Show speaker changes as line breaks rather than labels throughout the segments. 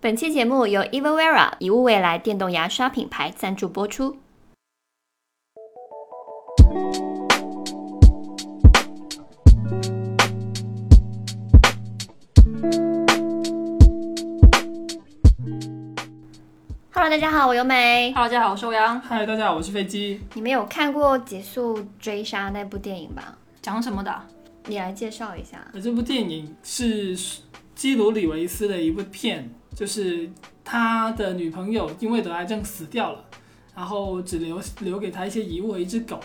本期节目由 e v o v e r a 以物未来电动牙刷品牌赞助播出。Hello，大家好，我由美。
Hello，大家好，我是欧阳。
嗨，大家好，我是飞机。
你们有看过《结束追杀》那部电影吧？
讲什么的？
你来介绍一下。
呃，这部电影是基鲁里维斯的一部片，就是他的女朋友因为得癌症死掉了，然后只留留给他一些遗物和一只狗。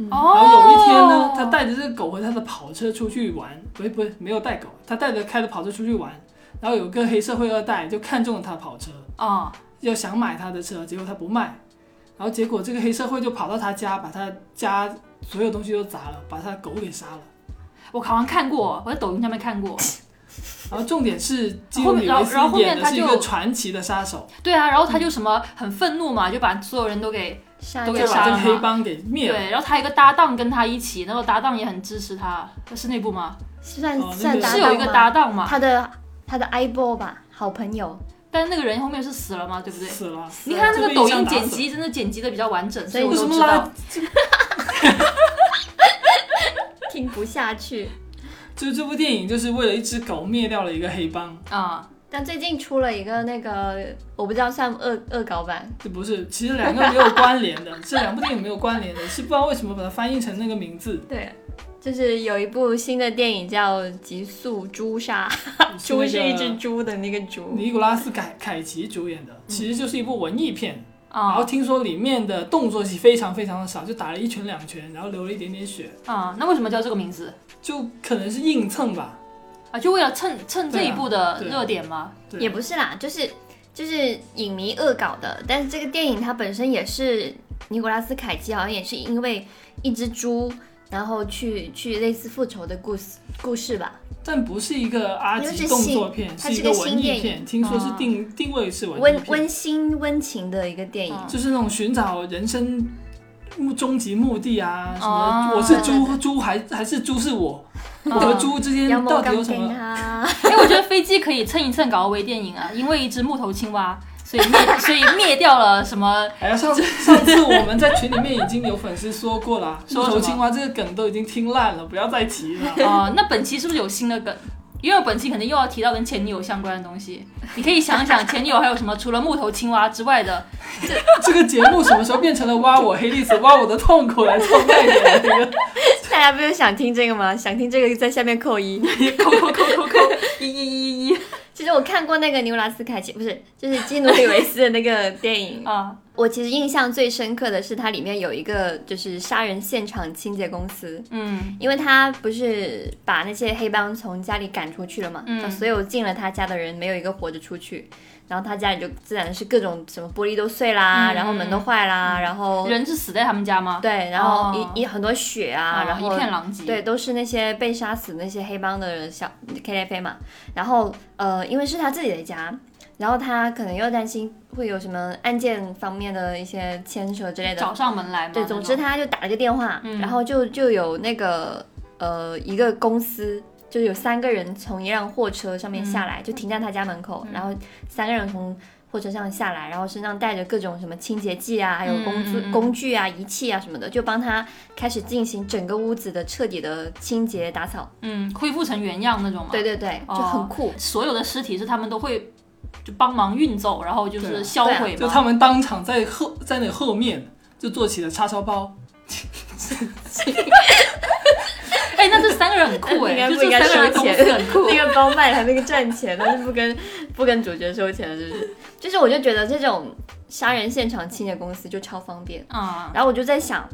嗯
哦
然后有一天呢，他带着这个狗和他的跑车出去玩，不是不是没有带狗，他带着开着跑车出去玩，然后有个黑社会二代就看中了他的跑车，
哦，
就想买他的车，结果他不卖，然后结果这个黑社会就跑到他家，把他家所有东西都砸了，把他的狗给杀了。
我好像看过，我在抖音上面看过。
然后重点是基
后
努
面
里
然后
维斯
然后后面
演的
他
是一
就
个传奇的杀手，
对啊，然后他就什么很愤怒嘛，就把所有人都给
杀
都
就
给
掉
杀
把
了
这个
吗
黑帮给灭了。
对，然后他有一个搭档跟他一起，然后搭档也很支持他，是那部吗？
算
哦那
算
个
搭
是有一个
档吗
搭档嘛，
他的他的 eyeball 吧，好朋友，
但是那个人后面是死了嘛，对不对？
死了，
你看那
就
个
被
抖
一枪
音
打
剪
死
辑真的剪辑的比较完整，所
所以
以
为
我
什
都
么
知
拉
道。
听不下去。
就这部电影就是为了一只狗灭掉了一个黑帮，
啊、
但最近出了一个那个，我不知道算恶恶搞版，
这不是，其实两个没有关联的， 这两部电影没有关联的，是不知道为什么把它翻译成那个 名字，
对，就是有一部新的电影叫《极速诛杀》，
是
猪
那
是一只
个
猪的那个猪，
尼古拉斯凯凯奇主演的，其实就是一部文艺片。然后
啊
听说里面的动作戏非常非常的少，就打了一拳两拳，然后流了一点点血，
啊！那为什么叫这个名字
就可能是硬蹭吧。
啊？就为了蹭蹭这一部的
对啊对啊
热点吗？
对，
也不是啦，就是就是影迷恶搞的。但是这个电影它本身也是尼古拉斯凯奇，好像也是因为一只猪，然后去去类似复仇的故事故事吧。
但不是一个 R
因为
级
是
动
新
作片，
它
是一
是个
文
新电影
艺
哦
片，听说是
啊
定、定位是文艺
温
片，
温馨温情的一个电影，
嗯
就是那种寻找人生目终极目的啊，什么、
哦
我是
对哦
猪，猪还还是猪是我，我
啊
和猪之间
妖
嗯到
猫
底有
刚啊
什
跟他。
么？
哎，我觉得飞机可以蹭一蹭搞个微电影啊，因为一只木头青蛙，所以灭，所以灭掉了什么？
哎呀，上次上次我们在群里面已经有粉丝说过了，
说
木
什
头
么
青蛙这个梗都已经听烂了，不要再提了。
哦，那本期是不是有新的梗？因为本期肯定又要提到跟前女友相关的东西，你可以想想前女友还有什么除了木头青蛙之外的，
这个节目什么时候变成了挖我黑历史、挖我的痛苦来做卖点的这个？
大家不是想听这个吗？想听这个在下面 扣一。
扣扣扣扣扣，一一一一
其实我看过那个尼古拉斯凯奇，不是，就是基努里维斯的那个电影。
啊！
我其实印象最深刻的是它里面有一个就是杀人现场清洁公司，
嗯，
因为他不是把那些黑帮从家里赶出去了嘛，
嗯
就所有进了他家的人没有一个活着出去。然后他家里就自然是各种什么玻璃都碎啦，
嗯
然后门都坏啦，然后
人是死在他们家吗？
对，然后一、
哦
一很多血啊，然后
一片狼藉。
对，，都是那些被杀死的那些黑帮的小 KTF 嘛。然后呃，因为是他自己的家，然后他可能又担心会有什么案件方面的一些牵扯之类的。
找上门来嘛。
对，
那种
总之他就打了个电话，
嗯
然后就就有那个呃一个公司。就是有三个人从一辆货车上面下来，就停在他家门口，然后三个人从货车上下来，然后身上带着各种什么清洁剂啊，还有工具、
嗯嗯嗯
工具啊、仪器啊什么的，就帮他开始进行整个屋子的彻底的清洁打扫。
嗯，恢复成原样那种嘛。
对，对对，就
哦
很酷。
所有的尸体是他们都会就帮忙运走，然后就
对
是
啊
销毁
就
嘛。
他们当场在后在那后面就做起了叉烧包，
哎、那这三个人很酷哎、
应该
就
不应
这
该
三个人
收
公
钱
司很 酷。
那个包卖了，那个赚钱，但是不跟不跟主角收钱，是不是？就是我就觉得这种杀人现场清洁公司就超方便。
啊、
然后我就在想，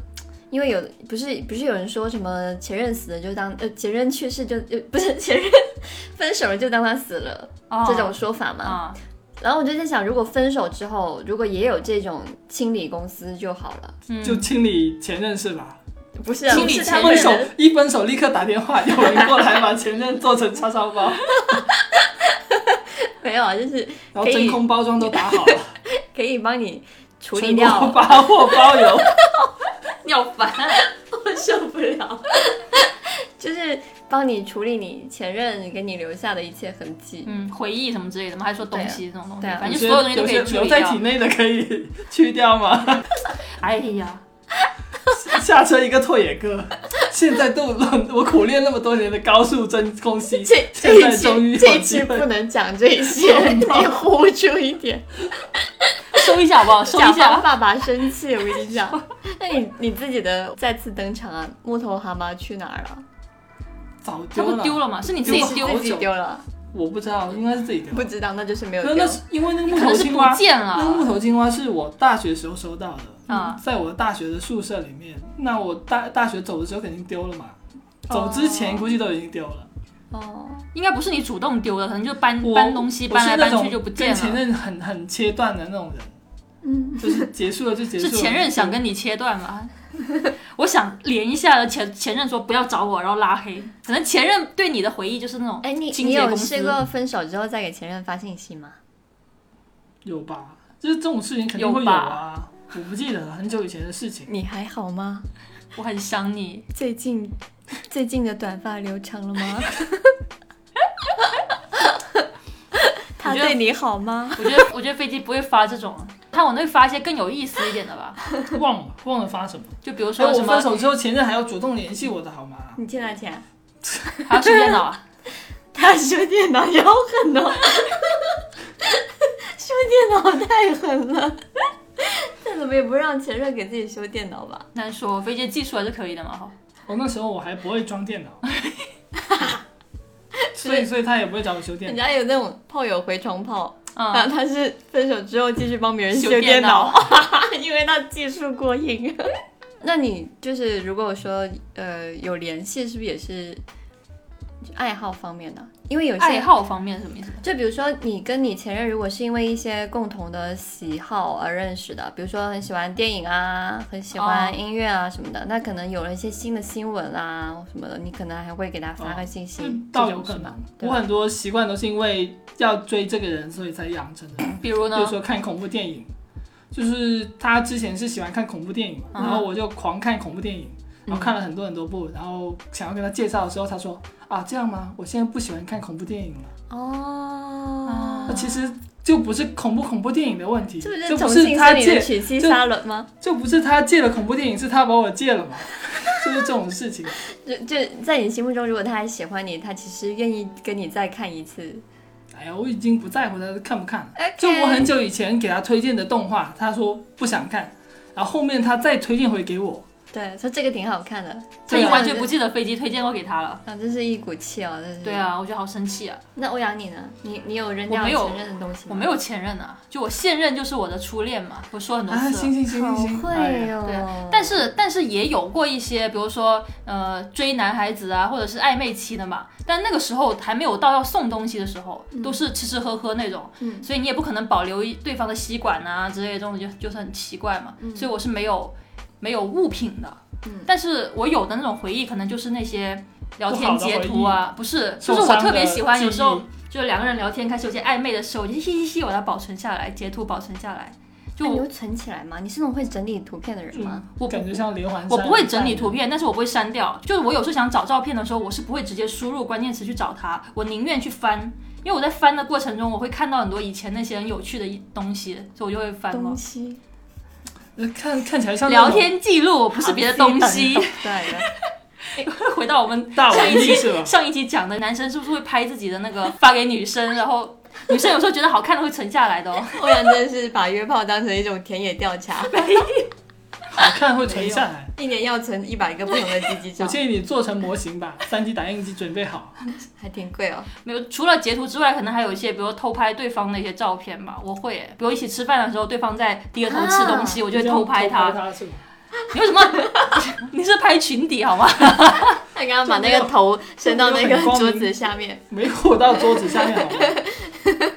因为有不是不是有人说什么前任死了就当呃前任去世就就不是 前任分手了就当他死了、
哦
这种说法嘛？
啊、
然后我就在想，如果分手之后如果也有这种清理公司就好了，
嗯
就清理前任是吧？
不是、啊、
清理
不是
前
他
任
分
们
手一分手立刻打电话，有人过来把 前任做成叉烧包，
没有啊，就是
然后真空包装都打 好了，
可以帮你处理
全国
掉，
发货包邮。
要烦。
我受不了。就是帮你处理你前任给你留下的一切痕迹。
嗯，回忆什么之类的吗？还是说东西这种东西？
对啊
反
有
正
些
所有东西都
有
可以
些
处
留
理
在
掉
体。内的可以去掉吗？
哎呀，
下车一个拓野哥，现在都我苦练那么多年的高速真空吸，
嗯这这
现在
一
终于
期
有
这一
机
期
会
不能讲这些，你呼出一点，
收一下好不好？收一
甲方
下。
爸爸生气，我跟你 讲。那你你自己的再次登场啊，木头蛤蟆去哪儿了？
早
他
丢
不
了，
丢了吗？是你自己
丢了
丢
好
自己
久
丢了，
我不知道，应该是自己丢
不
的。
知道，那就是没有
那
丢
那。是因为那个木
可
头
能是
青
不
蛙，
见了。
那个木头青蛙是我大学时候收到的，
啊
在我大学的宿舍里面。那我大大学走的时候肯定丢了嘛，走之
哦
前估计都已经丢了。
哦，
应该不是你主动丢的，可能就搬
我
嗯搬东西
我
搬
是
来
那
搬
种
去就不
跟
见
前
了。
任很很切断的那种人，
嗯，
就是结束了就结 束
是
了。
前任想跟你切断吗？ 我想连一下前前任说不要找我，然后拉黑。可能前任对你的回忆就是那种
哎，你
清
你
洁
有
公
试
司
过分手之后再给前任发信息吗？
有吧？就是这种事情肯定会
有吧
啊。我不记得了，很久以前的事情。
你还好吗？
我很想你，
最近最近的短发留长 了吗？他对你好吗？
我觉得，我觉得飞机不会发这种，看我能会发一些更有意思一点的吧。
忘了忘了发什么。
就比如
所
说
以哎我
什
分
么，
手之后，前任还要主动联系我的好吗？
你欠他钱？
还要修电脑啊，
他修电脑也好狠 哦，修电脑太狠了。再怎么也不让前任给自己修电脑吧？
难说飞机技术还是可以的嘛。哈，
我那时候我还不会装电 脑，所以所以他也不会找我修电
人
脑。
家有那种炮友回床炮，然
嗯，
后他是分手之后继续帮别啊人修
修
电
电
脑
脑，
因为他技术过硬。 那你就是如果说呃有联系，是不是也是爱好方面的？因为有
爱
些
好方面什么意思？
就比如说，你跟你前任如果是因为一些共同的喜好而认识的，比如说很喜欢电影啊，很喜
哦
欢音乐啊什么的，那可能有了一些新的新闻啊什么的，你可能还会给他发个信息，
倒
这
有
种
嗯可
是
能
吗，对
我
吧？
很多习惯都是因为要追这个人，所以才养成的。
比如
比如
呢，
说看恐怖电影，就是他之前是喜欢看恐怖电影嘛，
嗯
然后我就狂看恐怖电影，然后
嗯
看了很多很多部，然后想要跟他介绍的时候，他说啊这样吗？我现在不喜欢看恐怖电影了。
哦
那，其实就不是恐怖恐怖电影的问题，
啊这不
就是啊不
重
是
庆
他
森林
借
的娶妻
就
沙伦吗？
就不是他借了恐怖电影，是他把我借了嘛？就是这种事情，
就就在你心目中，如果他还喜欢你，他其实愿意跟你再看一次。
哎呀，我已经不在乎他看不看了。
OK
就我很久以前给他推荐的动画，他说不想看，然后后面他再推荐回给我，
对说这个挺好看的，
所以
这
完全
个
不记得飞机推荐过给他了。
啊，这是一股气哦，这是
对。啊，我觉得好生气啊！
那欧阳你呢？你你有扔
我
掉
没有
前任的东西吗？
我没有前任啊，就我现任就是我的初恋嘛，我说很多
啊，
次了。
行行行行行，哎呀
哦
对啊，但是但是也有过一些，比如说呃追男孩子啊，或者是暧昧期的嘛。但那个时候还没有到要送东西的时候，
嗯
都是吃吃喝喝那种，
嗯
所以你也不可能保留一对方的吸管啊之类的东西，就就是很奇怪嘛。
嗯
所以我是没有没有物品的，
嗯
但是我有的那种回忆，可能就是那些聊天截图啊，不是，就
受
是
伤
我
的
特别喜欢，有时候
记
就两个人聊天开始有些暧昧的时候，我就嘻嘻嘻，我要保存下来，截图保存下来。就
哎
那你会存起来吗？你是那种会整理图片的人吗？
我
感觉像连环
我
杀
不会
人
整理
犯
图片，但是我不会删掉。就是我有时候想找照片的时候，我是不会直接输入关键词去找它，我宁愿去翻，因为我在翻的过程中，我会看到很多以前那些很有趣的一东西，所以我就会翻嘛
东。西
呃看看起来像那
聊
种
天记录不是别的东 西。
对的，
回到我们
大
上
文
一
艺
期
是吧？
上一期讲的，男生是不是会拍自己的那个发给女生，然后女生有时候觉得好看的会存下来的哦。
欧阳真的是把约炮当成一种田野调查，
好看会存下来。
一年要存一百个不同的鸡鸡照，
我建议你做成模型吧，3 D 打印机准备好。
还挺贵哦。
没有，除了截图之外，可能还有一些，比如偷拍对方的一些照片吧。我会耶，比如一起吃饭的时候，对方在低着头吃东西，我
我
就会偷拍他。
他是吧？
你为什么？ 你是拍群底好吗？
他刚刚把那个头伸到那
就
个
没有很光
桌
明
子下面，
没有到桌子下面好 吗？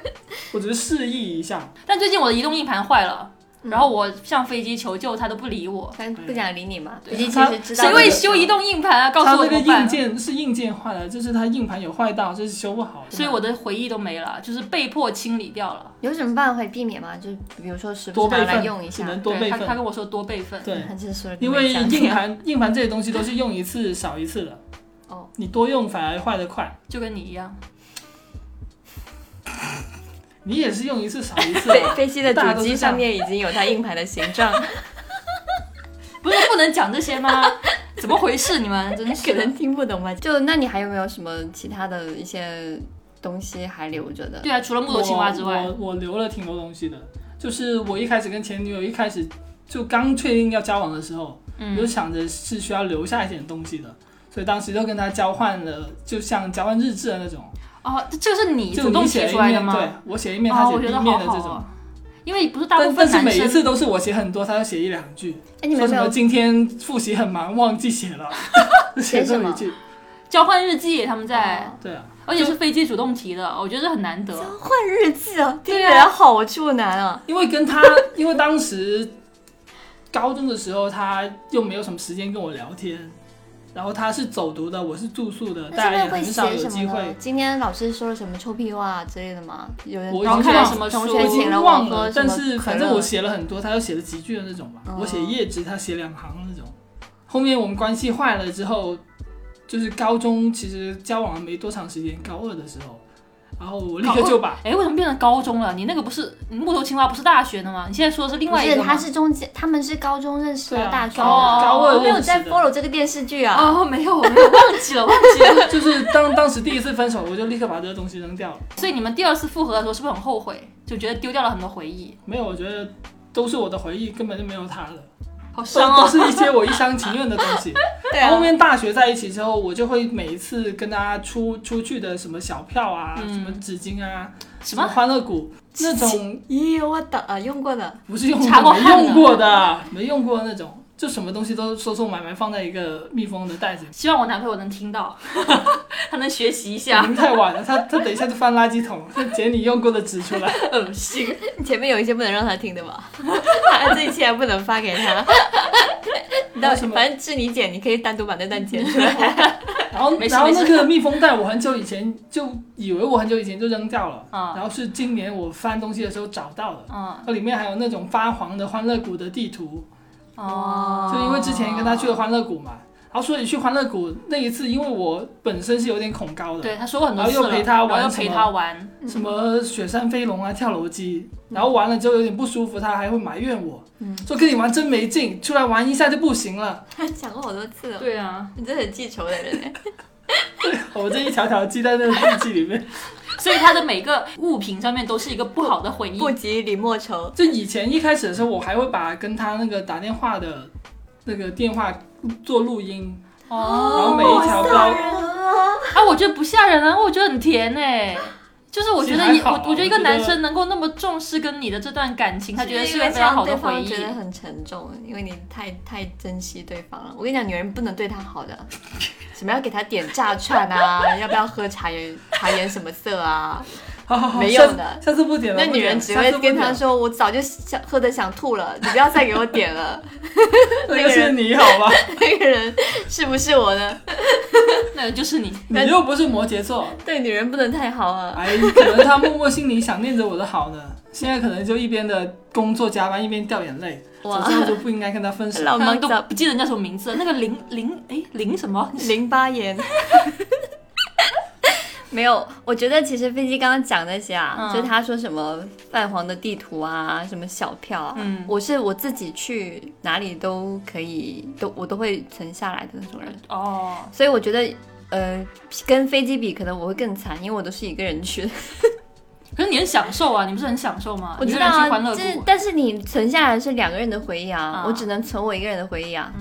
我只是示意一下，
但最近我的移动硬盘坏了，
嗯
然后我向飞机求救，他都不理我。
他不想理你嘛？
对
已经其
他
实知道
谁
这个
会
事，
修移动硬盘啊？告
他
诉我
那
怎
个
么办
硬？件是硬件坏了，就是他硬盘有坏到，就是修不好。
所以我的回忆都没了，就是被迫清理掉了。
有什么办法可以避免吗？就比如说时不
多
时
备
拿来
份
用一
只
下。
能多
对
备
他，他
份。
跟我说多备份。
对，
他就是说了
因
没
为
想
硬盘硬盘这些东西都是用一次少一次的。
哦，
你多用反而坏得快，
就跟你一样。
你也是用一次少一次
飞
啊。
飞机的
大家
主
都是
机
这样
上面已经有它硬盘的形 状，
不是不能讲这些 吗？怎么回事？你们真
可
是的。
能听不懂吧？就那你还有没有什么其他的一些东西还留着的？
对啊，除了木头青蛙之外
我，我我留了挺多东西的。就是我一开始跟前女友一开始就刚确定要交往的时候，我就
嗯，
想着是需要留下一点东西的，所以当时就跟她交换了，就像交换日志的那种，
哦，这这是你
就
主动
你
提
写一
出来的
面，
吗？
对我写一面，她
哦，
写
我觉得
一
好
面的这
好
种。
啊，因为不是大部
但
分
但是
男
每一
生
次都是我写很多，她就写一两句，
哎，你们
说
有
什
没
么
有
今天复习很忙，忘记写了， 写这么一句。
交换日记，他们
哦
在，
对啊，
而且是飞机主动提的，我觉得这很难得。
换日记啊？听起
对啊
来好处男啊！
因为跟她， 因为当时高中的时候，她又没有什么时间跟我聊天，然后她是走读的，我是住宿的，大
那现
家也
在会
很少
写
有
什
机
么
会
呢？。今天老师说了什么臭屁话之类的吗？有人
我已
然后
经
看
忘
了
了
什么书
同，
我
学
已经
请了
忘
我喝
了，
什
但
么
是
可
反正我
乐
写了很多，她就写了几句的那种吧。
哦
我写叶芝，她写两行那种。后面我们关系坏了之后，就是高中其实交往了没多长时间，高二的时候，然后我立刻就把
哎，为什么变成高中了？你那个不是你木头青蛙不是大学的吗？你现在说的是另
不
外一
是，
个
他
吗？
是中间，他们是高中认识
对
的，
啊
大学的
高
高二
我没有
认识
在
的
follow 这个电视剧啊。
哦，没有，没有，忘记了，忘记了。
就是当 当时第一次分手，我就立刻把这个东西扔掉了。
所以你们第二次复合的时候，是不是很后悔？就觉得丢掉了很多回忆，
没有，我觉得都是我的回忆，根本就没有他了，
好
都
伤
都
哦。
是一些我一厢情愿的东西。
对啊
然后后面大学在一起之后，我就会每一次跟他出出去的什么小票啊，
嗯
什么纸巾啊，
什么
欢乐谷那种，
咦，我的啊，用过的，
不是用
查过
没
汗的
用过的，没用过那种，就什么东西都收收埋埋放在一个密封的袋子里。
希望我男朋友能听到， 他能学习一
已
下。
经太晚了，他他等一下就翻垃圾桶，他捡你用过的纸出来。
恶心。
前面有一些不能让他听的 吧？他这一期还不能发给 他。你到
为什么
反正是你剪，你可以单独把那段剪出来。
然后
没事
然后
没事
那个密封袋，我很久以前就以为我很久以前就扔掉了，
嗯
然后是今年我翻东西的时候找到的。
嗯，
它里面还有那种发黄的欢乐谷的地图，
哦，
就因为之前跟他去了欢乐谷嘛，然后所以去欢乐谷那一次，因为我本身是有点恐高的，
对他说过很多次
然后
了，
又陪他玩
然后又陪
什么
他玩，
什么雪山飞龙啊、跳楼机，
嗯
然后玩了之后有点不舒服，他还会埋怨我，
嗯
说跟你玩真没劲，出来玩一下就不行了。
讲过好多次了，
对啊，
你真的很记仇的人哎。
我这一条条记在那个日记里面。
所以他的每个物品上面都是一个不好的回忆。
不及李莫愁，
就以前一开始的时候，我还会把跟他那个打电话的那个电话做录音，然
哦，
后每一条包。
啊，我觉得不吓人啊，我觉得很甜哎、就是我觉得一
其实还
我
好啊
我觉得一个
我觉得
男生能够那么重视跟你的这段感情，他觉得是
是
一个非常好的
对
回
方
忆
觉。得很沉重，因为你太太珍惜对方了。我跟你讲，女人不能对他好的，什么要给他点炸串啊， 要不要喝茶颜茶颜什么色啊？
好好好，
没用的
下次下次不点了。
那
不
女
点了
人只会跟他，
下次
说：“我早就想喝的想吐了，你不要再给我点了。
不点了那个是你好 吧？”
那个人是不是我呢？
那个就是 你，
你又不是摩羯座，
对女人不能太好啊。
哎，可能他默默心里想念着我的好呢。现在可能就一边的工作加班，一边掉眼泪。
哇
早知道就不应该跟他分手。
老
他
忙
们都
早
不记得人家什么名字了。那个林林哎林什 么？
淋巴炎。没有，我觉得其实飞机刚刚讲那些啊，
嗯
就他说什么泛黄的地图啊，什么小票啊，
嗯
我是我自己去哪里都可以，都我都会存下来的那种人，
哦，
所以我觉得，呃，跟飞机比，可能我会更惨，因为我都是一个人去 的。
可是你很享受啊，你不是很享受吗？
我
你
知
一个
道
人去欢
啊，
乐
就是
谷，
但是你存下来是两个人的回忆啊，
啊
我只能存我一个人的回忆啊，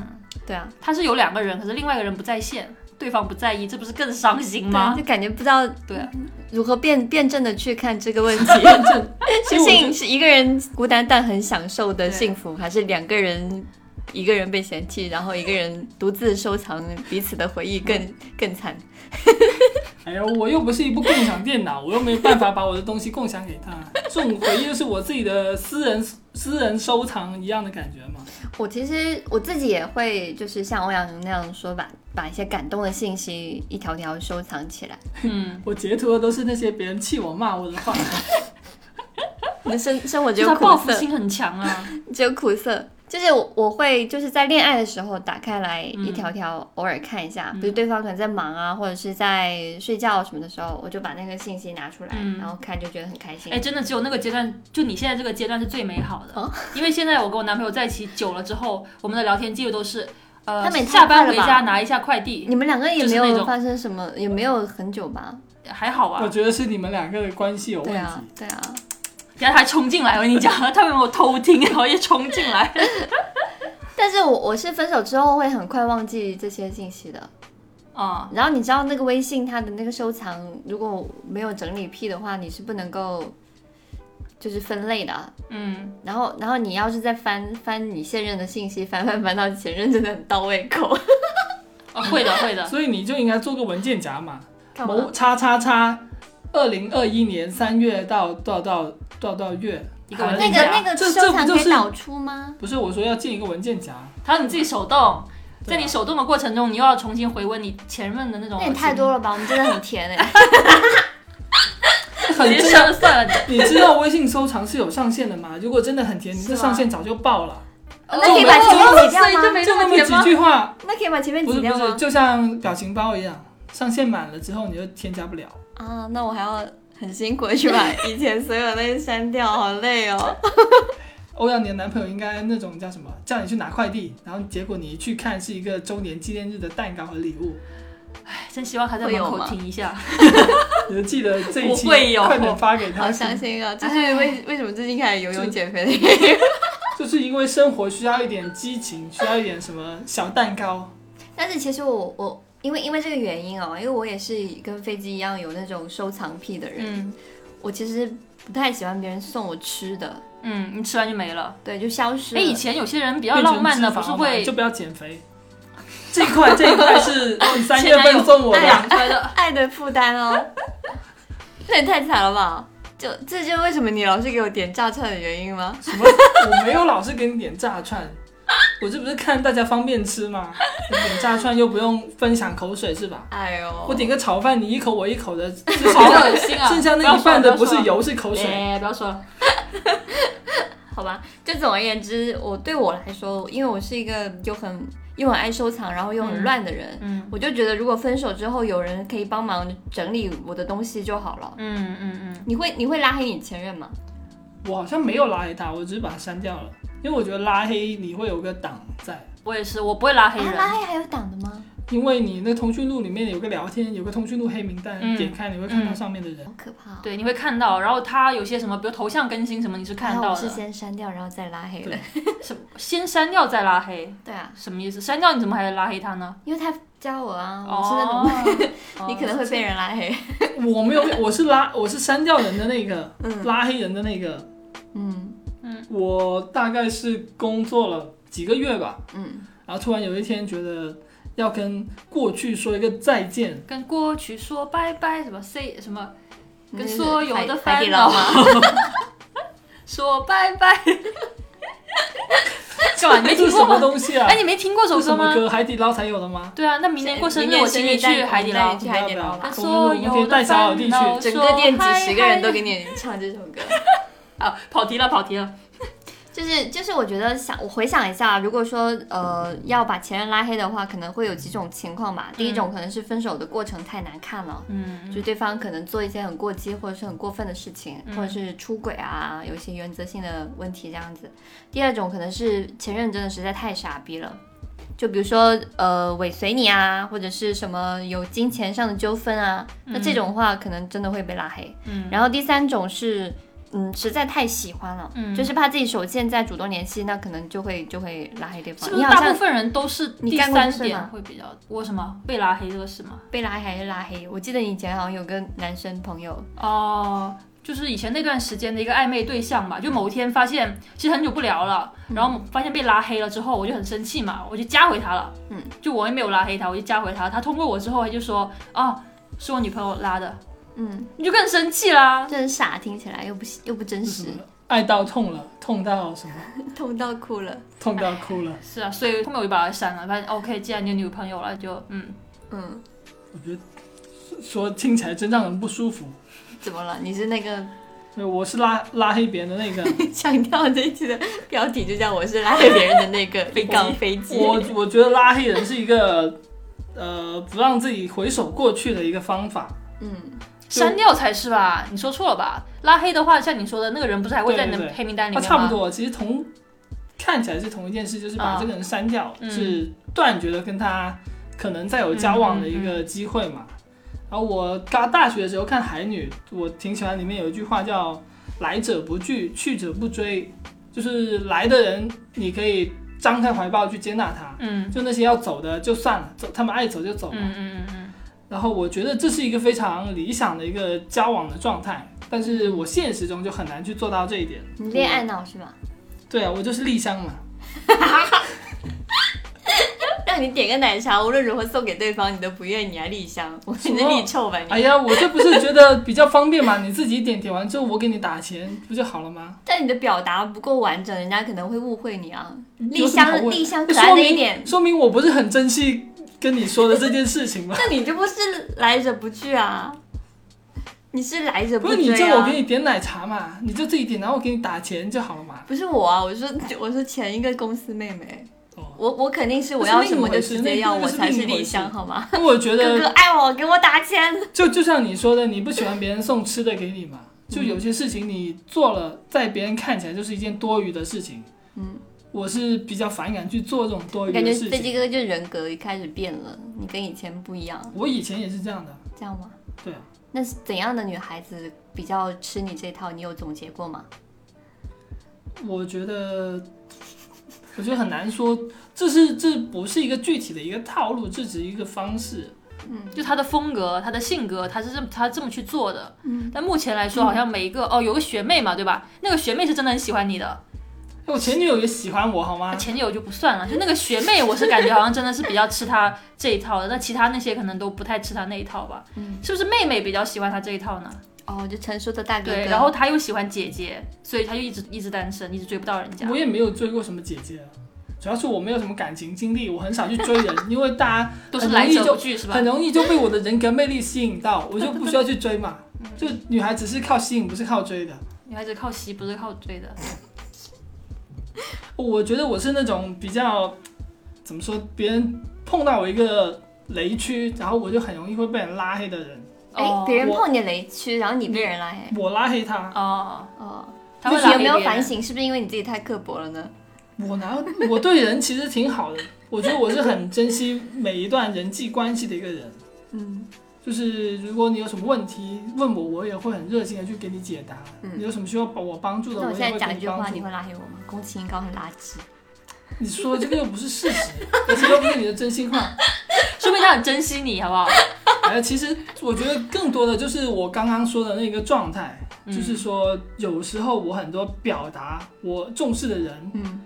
对啊，
他是有两个人，可是另外一个人不在线，对方不在意，这不是更伤心吗
对？就感觉不知道
对啊，
如何辩辩证的去看这个 问题。究竟是一个人孤单但很享受的幸福，还是两个人一个人被嫌弃，然后一个人独自收藏彼此的回忆更更惨？
哎呀，我又不是一部共享电脑，我又没有办法把我的东西共享给他。这种回忆就是我自己的私人私人收藏一样的感觉嘛。
我其实我自己也会，就是像欧阳那样说，把把一些感动的信息一条条收藏起 来。
嗯，
我截图的都是那些别人气我骂我 的话。
你的生生活只
就是
有
他报
苦
复
涩，
心很强啊。
只有苦涩。就是我我会就是在恋爱的时候打开来
嗯
一条条，偶尔看一下，比如对方可能在忙啊，或者是在睡觉什么的时候，我就把那个信息拿出来，
嗯
然后看就觉得很开心
哎，。真的只有那个阶段，就你现在这个阶段是最美好的，
哦
因为现在我跟我男朋友在一起久了之后，我们的聊天记录都是，呃
他们，也
下
太快
班
了
回
吧
家拿一下快递，
你们两个也没
就是那
有
种
发生什么，也没有很久吧？
还好
我
啊。
觉得是你们两个的关系有问
对
题。
啊，对啊，
然后他还冲进来，我跟你讲，他们有偷听，然后也冲进来。
但是我我是分手之后会很快忘记这些信息的。
啊、
然后你知道那个微信它的那个收藏，如果没有整理癖的话，你是不能够就是分类的啊。
嗯，
然后，然后你要是再翻翻你现任的信息，翻翻翻到前任，真的很到胃口。
哦，会的，会的。
所以你就应该做个文件夹嘛，
干嘛
某叉叉叉，二零二一年三月到到到到到月，
一个文
那
件
个
夹
那个
这
收藏
这不
可
就是
以导出吗？
不是我说要建一个 文件夹，
他说你自己手动，
对
在
啊
你手动的过程中，你又要重新回温你前任的那
哦
种。
那也太多了吧！我们真的很甜哎、
很
直接
真
删了
的。
算了。
你知道微信收藏是有上限的吗？如果真的很甜，你
是
这
吗
上限早就爆了。
那可以哦把前面挤掉吗？
没
就
那
那
么
么
甜
几
吗？哎
句话，
那可以把前面
不是
挤
不
掉
是，
吗？
就像表情包一样，上限满了之后你就添加不了。
啊，那我还要很辛苦地去把以前所有那些删掉，好累 哦。
欧阳，你的男朋友应该那种叫什么？叫你去拿快递，然后结果你一去看是一个周年纪念日的蛋糕和礼物。
哎真希望他在门口停一下。
你就记得这一期
我会有
快点发给他。
好伤心
哎
啊！这是为为什么最近开始游泳减肥的原因
就是因为生活需要一点激情，需要一点什么小蛋糕。
但是其实我我因为因为这个原因哦，因为我也是跟飞机一样有那种收藏癖的人，
嗯
我其实不太喜欢别人送我吃的，
嗯，你吃完就没了。
对，就消失
哎，
了。
以前有些人比较浪漫的，
变
不
成脂
是
肪了
会
就不要减 肥。这一块这一块 是你三月份送我
前男友
的，
养出来的。
爱的负担哦， 那也太惨了吧！就这就是为什么你老是给我点炸串的原因吗？
什么？我没有老是给你点炸串， 我这不是看大家方便吃吗？你点炸串又不用分享口水是吧？
哎呦，
我点个炒饭，你一口我一口的， 就是
好恶心啊！
剩下那一半的不是油是口水。
哎，不要说了。
好吧，就总而言之，我对我来说，因为我是一个又很又很爱收藏，然后又很乱的人，
嗯
我就觉得如果分手之后有人可以帮忙整理我的东西就好了。
嗯嗯
你会你会拉黑你前任吗？
我好像没有拉黑他，我只是把它删掉了，因为我觉得拉黑你会有个档在。
嗯，我也是，我不会拉黑
啊，
人。
拉黑还有党的吗？
因为你那通讯录里面有个聊天，有个通讯录黑名单，
嗯
点开你会看到上面的人。
好可怕、哦！
对，你会看到，然后他有些什么，比如头像更新什么，你是看
然后
到
哎我
的
是。先删掉，然后再拉黑的。
对
什么先删掉再拉黑，
对啊，
什么意思？删掉你怎么还拉黑他呢？
因为他加我啊，我是那种、
哦，
你可能会被人拉黑。
我没有，我是拉，我是删掉人的那个，拉黑人的那个。
嗯
我大概是工作了几个月吧，
嗯，
然后突然有一天觉得要跟过去说一个再见，
跟过去说拜拜，什么 say 什么，
你
跟
是
所有
海
的
海
烦
底捞
恼
吗？
说拜 拜。干嘛？你没
这
听
是
过
什么
吗？
东西啊
哎，？你没听过这
这
首
是什
歌
么
吗？
歌？海底捞才有的吗？
对啊，那明年过生
明
日
年
我请你
生日
去
蛋
海底捞
我们再。去海底捞
不要
吧
跟
不要我
所
们可
有
以带
的
小老弟
烦
去
恼，
整个店几十个人都给
你
你哦唱这首歌。
啊！跑题了，跑题了。
就是就是，我觉得想我回想一下，如果说呃要把前任拉黑的话，可能会有几种情况吧。第一种可能是分手的过程太难看了，
嗯，
就对方可能做一些很过激或者是很过分的事情，
嗯
或者是出轨啊，有一些原则性的问题这样子。第二种可能是前任真的实在太傻逼了，就比如说呃尾随你啊，或者是什么有金钱上的纠纷啊，那这种话可能真的会被拉黑。
嗯，
然后第三种是。嗯，实在太喜欢了，
嗯
就是怕自己手贱再主动联系，那可能就会就会拉黑对方。
是不
你
是
好
大
像
部分人都是
你
第
干过这
三
事
点
吗
会比较我什么被拉黑这个事吗？
被拉黑还是拉黑？我记得以前好像有个男生朋友，
哦，就是以前那段时间的一个暧昧对象吧，就某一天发现其实很久不聊了，
嗯
然后发现被拉黑了之后，我就很生气嘛，我就加回他了。
嗯，
就我也没有拉黑他，我就加回他。他通过我之后，他就说啊，是我女朋友拉的，
嗯，
你就更生气啦。
真傻，听起来又不又不真
这是
实
什，么？爱到痛了，痛到什么？
痛到哭了。
痛到哭了。
是啊，所以后面我就把他删了。发现 OK，既然你有女朋友了，就嗯，
嗯，
我觉得说听起来真让人不舒服。
怎么了？你是那个
对我是拉拉黑别人的那 个。
强调这一期的标题就叫“我是拉黑别人的那 个飞杠飞机
我我觉得拉黑人是一个，呃，不让自己回首过去的一个方法。”。
嗯，
删掉才是吧？你说错了吧？拉黑的话，像你说的那个人不是还会在你
对对
的
对
黑名单里
它
面吗？
哦
啊差不多，其实同看起来是同一件事，就是把
嗯
这个人删掉，
嗯
是断绝了跟他可能再有交往的一
嗯
个机会嘛。然后我刚大学的时候看《海女》，我挺喜欢里面有一句话叫“来者不拒，去者不追”，就是来的人你可以张开怀抱去接纳他，
嗯
就那些要走的就算了，走他们爱走就走
嗯
嘛。
嗯嗯嗯，
然后我觉得这是一个非常理想的一个交往的状态，但是我现实中就很难去做到这一点。
你嗯恋爱脑是吗？
对啊，我就是丽香嘛。
让你点个奶茶，无论如何送给对方，你都不愿意啊，丽香，我觉 得你臭吧你。
哎呀，我这不是觉得比较方便嘛？你 自己点点完之后，我给你打钱，不就好了吗？
但你的表达不够完整，人家可能会误会你啊。丽
有什么好
香，
问
丽香可爱
说
的一
明
点，
说明我不是很珍惜跟你说的这件事
。
情嘛
那你这不是来者不拒啊？你是来者
不
追
是
啊？
你叫我给你点奶茶嘛，你就自己点，然后我给你打钱就好 了嘛。
不是我啊，我说我说前一个公司妹妹，
哦，
我我肯定是我要什么就直接要，
那
我
是另一回
才是
事那是另一回
丽
事
香好吗？
那我觉
哥哥
得
爱我，给我打钱。
就就像你说的，你不喜欢别人送吃的给你
嗯
嘛，就有些事情你做了，在别人看起来就是一件多余的事情。
嗯，
我是比较反感去做这种多余
感觉
的事
飞机
情。
哥就人格开始变了，你跟以前不一样，
我以前也是这样的，
这样吗？
对啊。
那是怎样的女孩子比较吃你这套？你有总结过吗？
我觉得，我觉得很难说，这是这不是一个具体的一个套路，这只是一个方式。
就他的风格、他的性格，他是这么他这么去做的。嗯，但目前来说，好像每一个、哦，有个学妹嘛，对吧？那个学妹是真的很喜欢你的，
哎我前女友也喜欢我，好吗？
前女友就不算了。就那个学妹，我是感觉好像真的是比较吃他这一套的，那其他那些可能都不太吃他那一套吧。嗯，是不是妹妹比较喜欢他这一套呢？
哦，就成熟的大哥哥。
对，然后他又喜欢姐姐，所以他就一直一直单身，一直追不到人家。
我也没有追过什么姐姐，啊主要是我没有什么感情经历，我很少去追人， 因为大家
都是来者不拒是吧
很？容易就被我的人格魅力吸引到，我就不需要去追嘛。
嗯
就女孩子是靠吸引，不是靠追的。
女孩子靠吸不是靠追的。
我觉得我是那种比较怎么说，别人碰到我一个雷区，然后我就很容易会被人拉黑的人，
哎，别人碰你雷区，然后你被人拉黑。
我拉黑他。
哦，
嗯
哦，
他会
自己
拉
有
黑
没有
别人
反？省？是不是因为你自己太刻薄了呢？
我哪有 我对人其实挺好的，我觉得我是很珍惜每一段人际关系的一个人。
嗯，
就是如果你有什么问题问我，我也会很热心的去给你解答。
嗯
你有什么需要帮我帮助的，
那我
我
现
也
在
会
讲
给
一
你
句话，
帮
你
助。
会拉黑我吗？宫崎英高很垃圾。
你说的这个又不是事实，而且又不是你的真心话。
说明他很珍惜你，好不好？
哎，其实我觉得更多的就是我刚刚说的那个状态，
嗯
就是说有时候我很多表达我重视的人，
嗯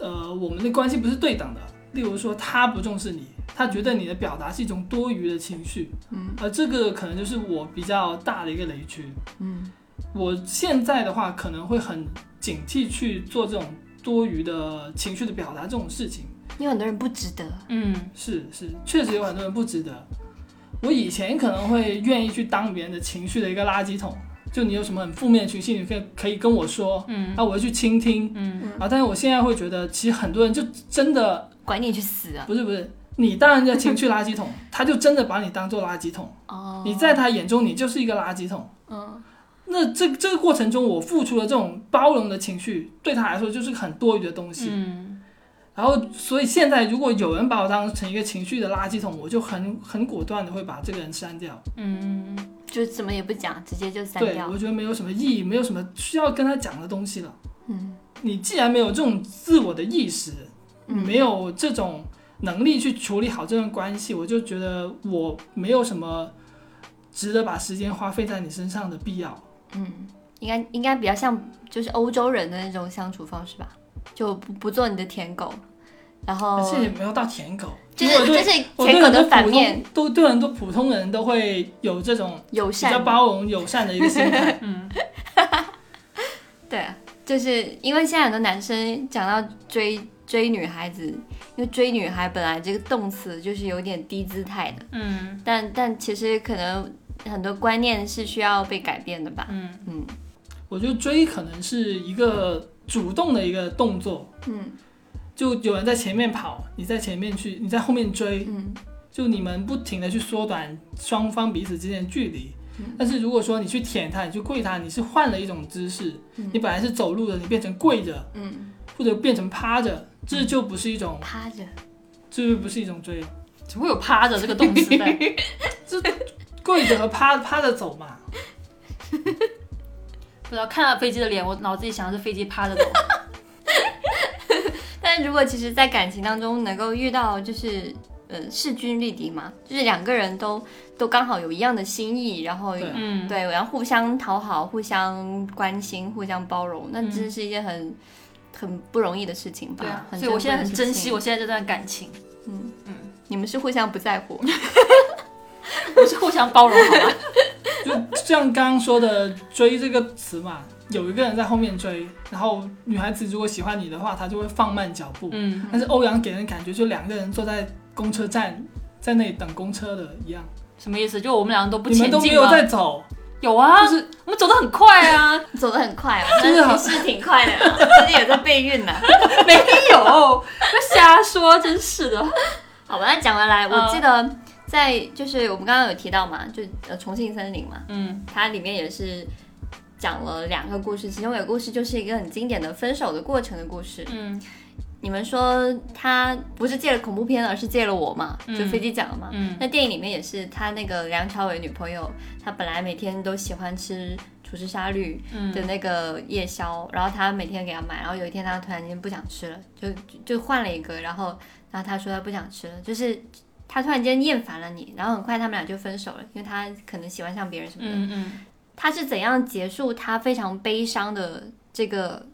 呃，我们的关系不是对等的。例如说，他不重视你，他觉得你的表达是一种多余的情绪，
嗯，
而这个可能就是我比较大的一个雷区。
嗯
我现在的话，可能会很警惕去做这种多余的情绪的表达这种事情。
因为很多人不值得。
嗯，
是是，确实有很多人不值得。我以前可能会愿意去当别人的情绪的一个垃圾桶，就你有什么很负面的情绪，你可以可以跟我说，
嗯，
那我会去倾听，
嗯，
啊，但是我现在会觉得，其实很多人就真的
管你去死啊！
不是不是，你当人家情绪垃圾桶，他就真的把你当做垃圾桶，
哦，
你在他眼中你就是一个垃圾桶。
嗯
那这这个过程中，我付出了这种包容的情绪，对他来说就是很多余的东西。
嗯，
然后，所以现在如果有人把我当成一个情绪的垃圾桶，我就很很果断的会把这个人删掉。
嗯，
就什么也不讲，直接就删
对，
掉
我。觉得没有什么意义，没有什么需要跟他讲的东西了。
嗯，
你既然没有这种自我的意识，你没有这种能力去处理好这段关系，我就觉得我没有什么值得把时间花费在你身上的必要。
应该应该比较像就是欧洲人的那种相处方式吧，就不不做你的舔狗，然后
而且也没有到舔狗，
哦就
因为我
是就
对
是
我
舔狗
对很多
的
普
反
通
面，
都对很多普通人都会有这种
友
比较
善。
包容友善的一个心态。
对啊，就是因为现在很多男生讲到追追女孩子，因为追女孩本来这个动词就是有点低姿态的，
嗯，
但但其实可能很多观念是需要被改变的吧。嗯嗯，
我觉得追可能是一个主动的一个动作，
嗯
就有人在前面跑，你在前面去，你在后面追，
嗯
就你们不停的去缩短双方彼此之间的距离
嗯。
但是如果说你去舔它，你去跪它，你是换了一种姿势，
嗯
你本来是走路的，你变成跪着
嗯，
或者变成趴着，这就不是一种，
趴着，
这就不是一种追了。
只会有趴着这个动词在。
跪着和趴趴着走嘛，
不知道看到飞机的脸，我脑子里想的是飞机趴着走。
但如果其实，在感情当中能够遇到就是呃势均力敌嘛，就是两个人都都刚好有一样的心意，然后
对
嗯，
对，然后互相讨好、互相关心、互相包容，那
嗯
真是一件很、很不容易的事情吧？
对啊，
很
所以我现在很
贵的
珍
事
惜
情
我现在这段感情，
嗯
嗯
嗯，你们是互相不在 乎，
我是互相包容，好吗？
就像刚刚说的“追”这个词嘛，有一个人在后面追，然后女孩子如果喜欢你的话，她就会放慢脚步。
嗯，
但是欧阳给人感觉就两个人坐在公车站，在那里等公车的一样，
什么意思？就我们两个都不
你们
前
都没
进
有
吗？
在走，
有啊，
就是
我们走得很快 啊，
走得很 快哦，
真的
那
好
你是挺快的 啊，最近有在备孕呢、
没有，哎不瞎说，真是的。
好吧，那讲回来，我
嗯
记得在就是我们刚刚有提到嘛，就呃重庆森林嘛，
嗯
它里面也是讲了两个故事，其中有个故事就是一个很经典的分手的过程的故事。
嗯
你们说他不是借了恐怖片，而是借了我嘛？
嗯
就飞机讲了嘛。
嗯
那电影里面也是，他那个梁朝伟女朋友，她本来每天都喜欢吃厨师沙律的
嗯，
那个夜宵，然后他每天给她买，然后有一天他突然间不想吃了，就就就换了一个，然后然后他说他不想吃了，就是他突然间厌烦了你，然后很快他们俩就分手了，因为他可能喜欢上别人什么的。
嗯嗯
他是怎样结束他非常悲伤的这个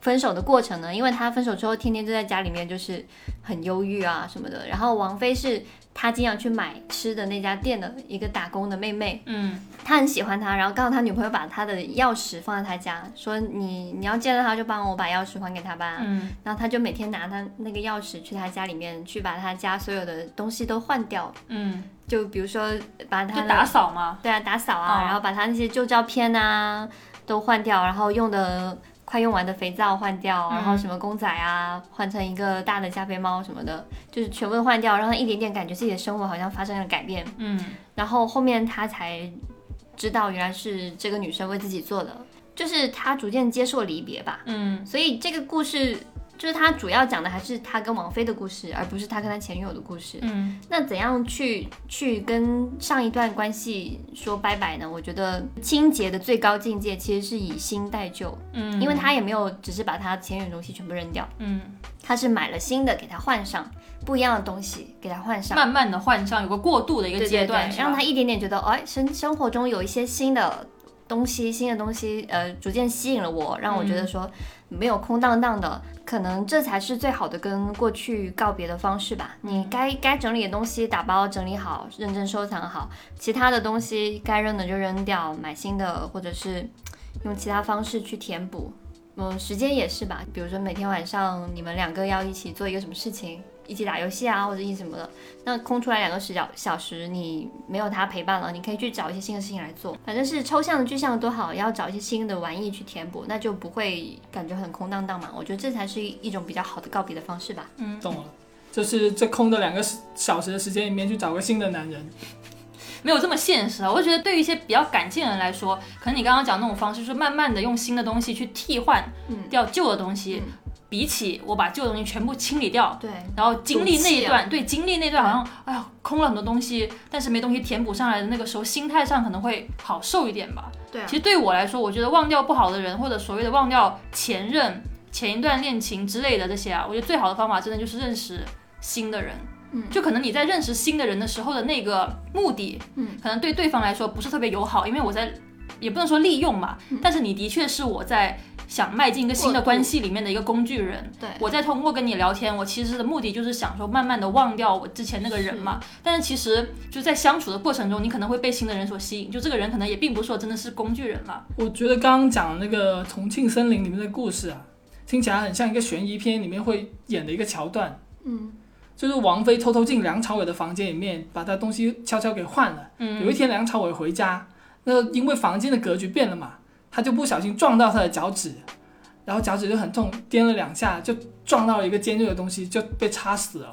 分手的过程呢？因为他分手之后天天都在家里面就是很忧郁啊什么的。然后王菲是他经常去买吃的那家店的一个打工的妹妹，
嗯
他很喜欢她，然后告诉他女朋友把他的钥匙放在他家，说你你要见到他就帮我把钥匙还给他吧。
嗯
然后他就每天拿他那个钥匙去他家里面去把他家所有的东西都换掉，
嗯，
就比如说把他
就
的
打扫嘛。
对啊，打扫啊，
哦
然后把他那些旧照片啊都换掉，然后用的快用完的肥皂换掉，
嗯
然后什么公仔啊换成一个大的加菲猫什么的，就是全部都换掉，让他一点点感觉自己的生活好像发生了改变。
嗯
然后后面他才知道原来是这个女生为自己做的，就是他逐渐接受离别吧。
嗯
所以这个故事就是他主要讲的还是他跟王菲的故事，而不是他跟他前女友的故事。
嗯
那怎样去去跟上一段关系说拜拜呢？我觉得清洁的最高境界其实是以新代旧，
嗯，
因为他也没有只是把他前女的东西全部扔掉，
嗯
他是买了新的给他换上，不一样的东西给他换上。
慢慢的换上，有个过渡的一
对
个
对
阶
对，
段，是吧
让他一点点觉得，哎，生生活中有一些新的东西，新的东西，呃，逐渐吸引了我，让我觉
嗯
得说没有空荡荡的，可能这才是最好的跟过去告别的方式吧。
嗯
你该该整理的东西打包整理好，认真收藏好，其他的东西该扔的就扔掉，买新的或者是用其他方式去填补。嗯，时间也是吧，比如说每天晚上你们两个要一起做一个什么事情，一起打游戏啊，或者一起什么的，那空出来两个时小小时，你没有他陪伴了，你可以去找一些新的事情来做，反正是抽象的、具象的都好，要找一些新的玩意去填补，那就不会感觉很空荡荡嘛。我觉得这才是一种比较好的告别的方式吧。
嗯，
懂了。就是这空的两个时小时的时间里面去找个新的男人，
没有这么现实啊。我觉得对于一些比较感性的人来说，可能你刚刚讲那种方式，就是慢慢的用新的东西去替换
嗯
掉旧的东西，比起我把旧的东西全部清理掉。
嗯对，
然后经历那一
丢
段，对经历那段好像，哎呀，空了很多东西，但是没东西填补上来的那个时候，心态上可能会好受一点吧。
对啊
其实对我来说，我觉得忘掉不好的人，或者所谓的忘掉前任、前一段恋情之类的这些啊，我觉得最好的方法真的就是认识新的人。
嗯
就可能你在认识新的人的时候的那个目的，
嗯，
可能对对方来说不是特别友好，因为我在也不能说利用嘛，但是你的确是我在想迈进一个新的
嗯过渡
关系里面的一个工具人。
对
我在通过跟你聊天，我其实的目的就是想说慢慢的忘掉我之前那个人嘛。但是其实就在相处的过程中，你可能会被新的人所吸引，就这个人可能也并不是说真的是工具人了。
我觉得刚刚讲的那个《重庆森林》里面的故事啊，听起来很像一个悬疑片里面会演的一个桥段，
嗯
就是王菲偷偷进梁朝伟的房间里面，把他东西悄悄给换了。
嗯
有一天梁朝伟回家，那因为房间的格局变了嘛，他就不小心撞到他的脚趾，然后脚趾就很痛，颠了两下就撞到了一个尖锐的东西，就被插死了。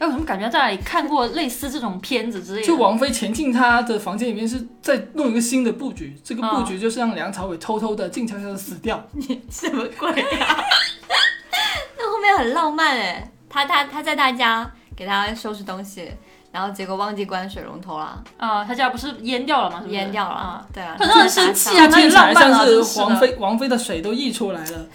哎，我怎么感觉在哪里看过类似这种片子之类的？
就王菲潜进他的房间里面是在弄一个新的布局，这个布局就是让梁朝伟偷偷的静悄悄的死掉。
什么啊鬼呀、
那后面很浪漫哎，他他他在他家给他收拾东西，然后结果忘记关水龙头了，
啊、他家不是淹掉了吗？是不是
淹掉了。
啊、
对啊，
很让人生 气啊
然后
那也
听起来
浪漫啊
像是
真是的
王菲，王菲的水都溢出来了。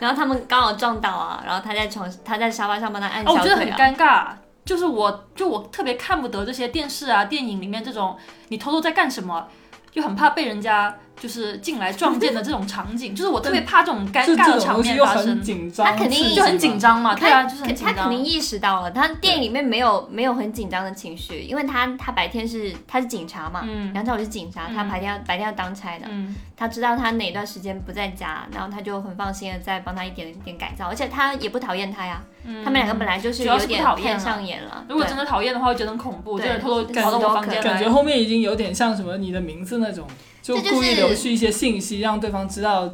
然后他们刚好撞到啊，然后他在床，他在沙发上帮他按
哦，我
小
觉
腿
得很
啊。
尴尬，就是我就我特别看不得这些电视啊、电影里面这种你偷偷在干什么，就很怕被人家就是进来撞见的这种场景，就是我特别怕这种尴
这
尬的
这种
场
东西
面
又
发
很
生，
紧张，
他肯定
刺激
就很紧
嘛。
张嘛，对啊，
他
就是很紧
他肯
张
定。意识到了，他电影里面没有没有很紧张的情绪，因为他他白天是他是警察嘛，
嗯
梁朝伟是警察，
嗯
他白天要白天要当差的，
嗯，
他知道他哪段时间不在家，然后他就很放心的在帮他一点一点改造，而且他也不讨厌他呀，
嗯
他们两个本来就是
主要
有
是不
点
讨厌
看
了
上眼了，
如果
对
真的讨厌的话，会觉得很恐怖，
对
就是偷偷
感
跑到
觉
我房间
感
感觉
来。
后面已经有点像什么你的名字那种，就
这就是
故意留去一些信息，让对方知道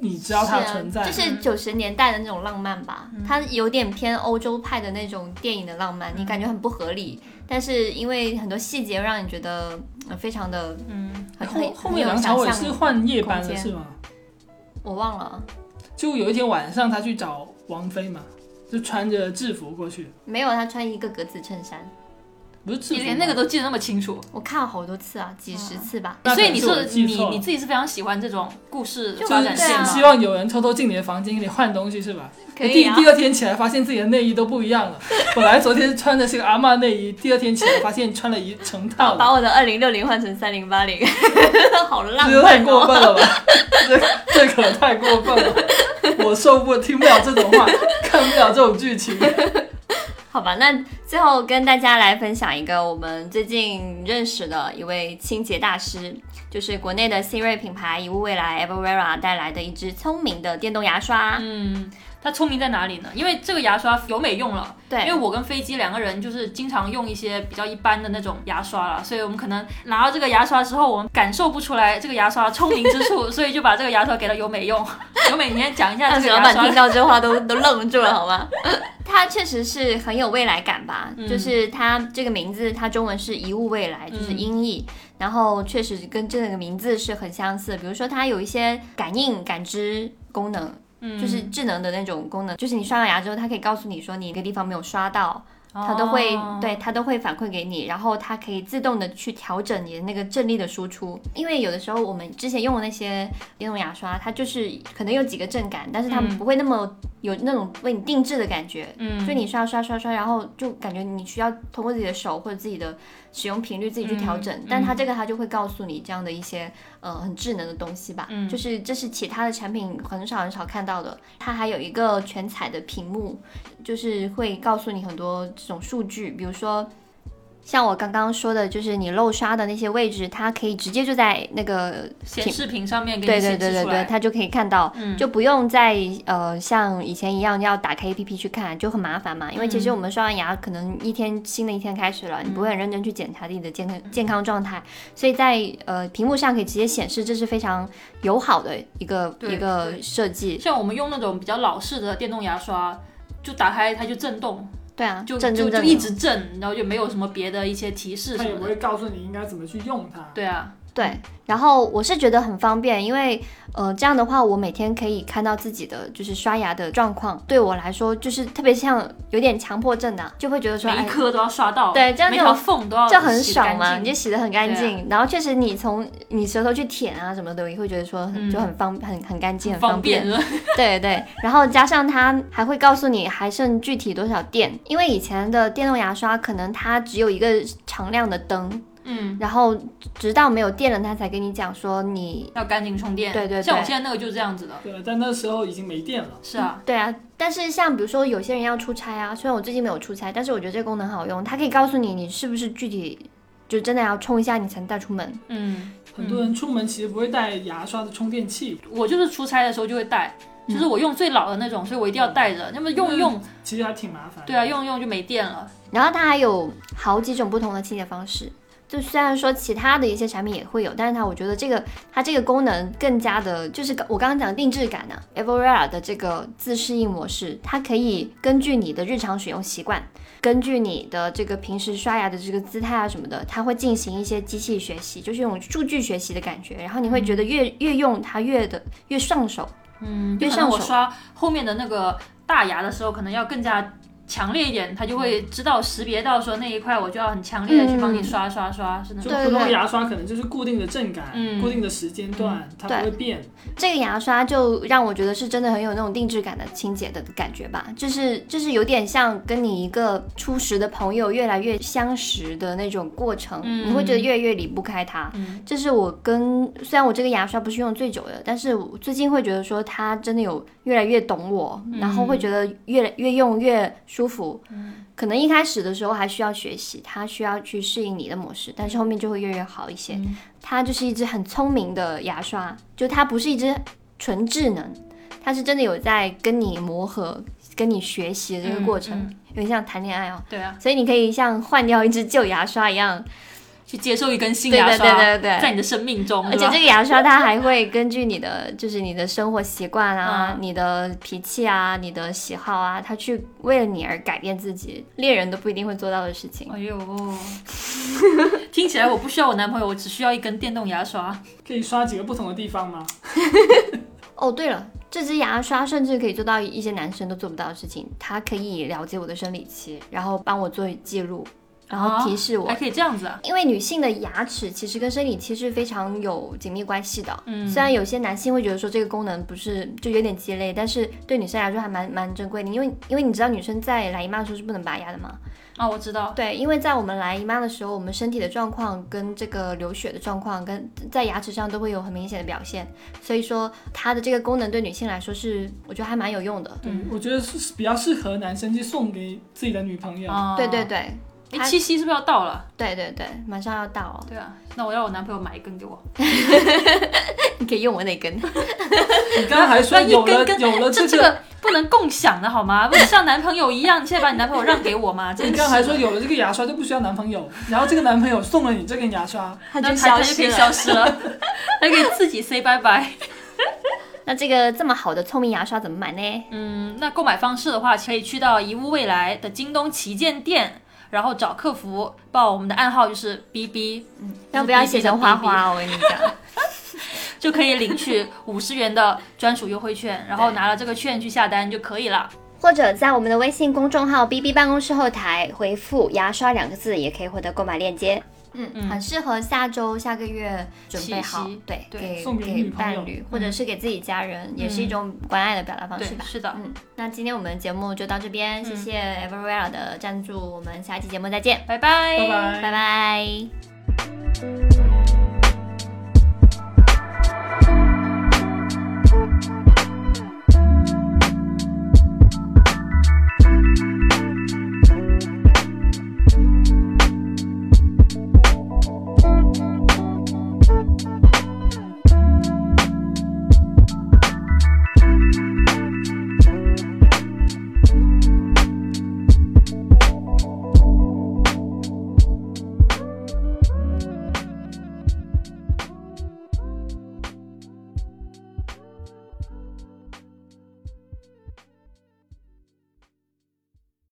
你知道他的存在。
是啊、就是
嗯
九十年代的那种浪漫吧，它有点偏欧洲派的那种电影的浪漫，你
嗯
感觉很不合理，但是因为很多细节让你觉得呃非常的
嗯，
很
哎后
很
后
很
面
有
梁
想
朝伟
象
是
力
换夜班
空
了
间
是吗？
我忘了，
就有一天晚上他去找王菲嘛，就穿着制服过去，
没有他穿一个格子衬衫，
不是制服
你
吗，
连那个都记得那么清楚，
我看了好多次啊，几十次吧。
那可
所以
能
你
是我
是
记
你
错了
你自己是非常喜欢这种故事
就
发
就
展
是
对
线
啊
希
吗？
希望有人偷偷进你的房间给你换东西是吧？
可以
第
啊
第二天起来发现自己的内衣都不一样 了，本来昨天穿的是个阿嬷内衣，第二天起来发现穿了一成套
把
了，
我的二零六零换成三零八零， 好浪
这个太
漫
过
哦！
分了吧？这这可太过分了，我受不听不了这种话，看不了这种剧情。
好吧，那最后跟大家来分享一个我们最近认识的一位清洁大师，就是国内的新锐品牌一物未来 Evera 带来的一支聪明的电动牙刷。
嗯，它聪明在哪里呢？因为这个牙刷有美用了，因为
对，
我跟飞机两个人就是经常用一些比较一般的那种牙刷了，所以我们可能拿到这个牙刷之后，我们感受不出来这个牙刷聪明之处， 所以就把这个牙刷给了尤美用。 尤美，你先讲一下
当
这
时
个
老
牙
板
刷
听。到这话都都愣住了，好 吗？它确实是很有未来感吧，
嗯
就是它这个名字，它中文是一物未来，就是音译，然后确实跟这个名字是很相似。比如说，它有一些感应、感知功能，
嗯
就是智能的那种功能，就是你刷完牙之后，它可以告诉你说你一个地方没有刷到，它都会、
哦
对它都会反馈给你，然后它可以自动的去调整你的那个振力的输出。因为有的时候我们之前用的那些电动牙刷，它就是可能有几个震感，但是它
嗯
不会那么有那种为你定制的感觉。
嗯，
就你刷刷刷刷，然后就感觉你需要通过自己的手或者自己的使用频率自己去调整，
嗯
但它
嗯
这个它就会告诉你这样的一些呃很智能的东西吧，
嗯
就是这是其他的产品很少很少看到的。它还有一个全彩的屏幕，就是会告诉你很多这种数据，比如说。像我刚刚说的，就是你漏刷的那些位置，它可以直接就在那个
显示屏上面给
对
你显
对
示出来。
对对对，它就可以看到，
嗯
就不用再呃像以前一样要打开 APP 去看，就很麻烦嘛。因为其
嗯
实我们刷完牙，可能一天新的一天开始了，你不会很认真去检查自己的健
嗯
康健康状态，所以在呃屏幕上可以直接显示，这是非常友好的一个
对
一个
对
设计。
像我们用那种比较老式的电动牙刷，就打开它就震动，
对啊，
就
正
就
正
就
正
一直震，然后就没有什么别的一些提示
他
什
也
啊
不
么的。
会告诉你应该怎么去用它。
对啊，
对，然后我是觉得很方便，因为呃这样的话，我每天可以看到自己的就是刷牙的状况，对我来说就是特别像有点强迫症的、就会觉得说
每
哎
一颗都要刷到，
对这样
每
就
条缝都要
这很
哦洗得
爽嘛，
干
你
净啊
就洗得很干净，然后确实你从你舌头去舔啊什么的，也会觉得说很、
嗯
就很方很很干净，很
方
便。
便
对对，然后加上它还会告诉你还剩具体多少电，因为以前的电动牙刷可能它只有一个常亮的灯，
嗯。
然后直到没有电了，它才跟你讲说你
要赶紧充电。
对对对
像我现在那个就是这样子的。
对，但那时候已经没电了。
是啊，
对啊，但是像比如说有些人要出差啊，虽然我最近没有出差，但是我觉得这个功能好用，它可以告诉你你是不是具体就真的要冲一下你才能带出门。
嗯，
很多人出门其实不会带牙刷的充电器，
我就是出差的时候就会带，就是
嗯
我用最老的那种，所以我一定要带着。那么用用，啊
其实还挺麻烦。
对啊，，用用就没电了。
然后它还有好几种不同的清洁方式，就虽然说其他的一些产品也会有，但是它我觉得这个它这个功能更加的，就是我刚刚讲的定制感呢、e v o r a 的这个自适应模式，它可以根据你的日常使用习惯，根据你的这个平时刷牙的这个姿态啊什么的，它会进行一些机器学习，就是那种数据学习的感觉，然后你会觉得越越用它越的越上手，
嗯，就
越
可
上
能我
手
刷后面的那个大牙的时候，可能要更加强烈一点，它就会知道识别到说那一块，我就要很强烈的去帮你
嗯
刷刷刷，是那
就
种。
对
普通的
对
牙刷可能就是固定的震感，
嗯
固定的时间段，
嗯
它不会变。
这个牙刷就让我觉得是真的很有那种定制感的清洁的感觉吧，就是就是有点像跟你一个初识的朋友越来越相识的那种过程，
嗯
你会觉得越来越离不开它。
嗯
这是我跟虽然我这个牙刷不是用最久的，但是我最近会觉得说它真的有越来越懂我，然后
嗯
会觉得越来越用越舒服。可能一开始的时候还需要学习，它需要去适应你的模式，但是后面就会越来越好一些。
嗯
它就是一支很聪明的牙刷，就它不是一支纯智能，它是真的有在跟你磨合、跟你学习的这个过程，
嗯
有点像谈恋爱哦。
对啊，
所以你可以像换掉一支旧牙刷一样，
去接受一根新
对
牙
对
刷，
对对对
在你的生命中，
而且
对吧
这个牙刷它还会根据你的，就是你的生活习惯啊、
嗯
你的脾气啊、你的喜好啊，它去为了你而改变自己，猎人都不一定会做到的事情。
哎呦， 听起来我不需要我男朋友，我只需要一根电动牙刷。
可以刷几个不同的地方吗？
哦，对了，这支牙刷甚至可以做到一些男生都做不到的事情，它可以了解我的生理期，然后帮我做记录，然后提示我。
啊还可以这样子啊？
因为女性的牙齿其实跟生理期是非常有紧密关系的，
嗯
虽然有些男性会觉得说这个功能不是就有点鸡肋，但是对女生来说还蛮蛮珍贵的，因为因为你知道女生在来姨妈的时候是不能拔牙的嘛，
啊，我知道，
对，因为在我们来姨妈的时候，我们身体的状况跟这个流血的状况，跟在牙齿上都会有很明显的表现，所以说它的这个功能对女性来说是，我觉得还蛮有用的。
嗯
我觉得是比较适合男生去送给自己的女朋友。
啊，
对对。对
哎，七夕是不是要到了？
对对对，马上要到哦了，
对啊，那我要我男朋友买一根给我。
你可以用我那 根。
你刚才说
那一
有了
根根
有了
哎这这
个，
个不能共享的好 吗？不能像男朋友一样，你现在把 你男朋友让给我吗？真
你
是的
刚才说有了这个牙刷就不需要男朋友，然后这个男朋友送了你这根牙刷，
它
那
就
他
消
就可以
失
消
了。
失了， 他可以自己 say 拜拜。
那这个这么好的聪明牙刷怎么买呢？
嗯，那购买方式的话，可以去到宜物未来的京东旗舰店，然后找客服报我们的暗号就是嗯 BB，
要不要写成花花？我跟你讲，
就可以领取五十元的专属优惠券，然后拿了这个券去下单就可以了。
或者在我们的微信公众号 “B B 办公室”后台回复“牙刷”两个字，也可以获得购买链接。嗯，很适合下周、下个月准备好
七夕，
对，
对
给
送给女
给
朋友
伴侣或者是给自己家人，也是一种关爱的表达方
对
式，吧。
是的，
嗯，那今天我们的节目就到这边，谢谢 Everwell 的赞助，我们下期节目再见，
拜拜，
拜拜
拜拜。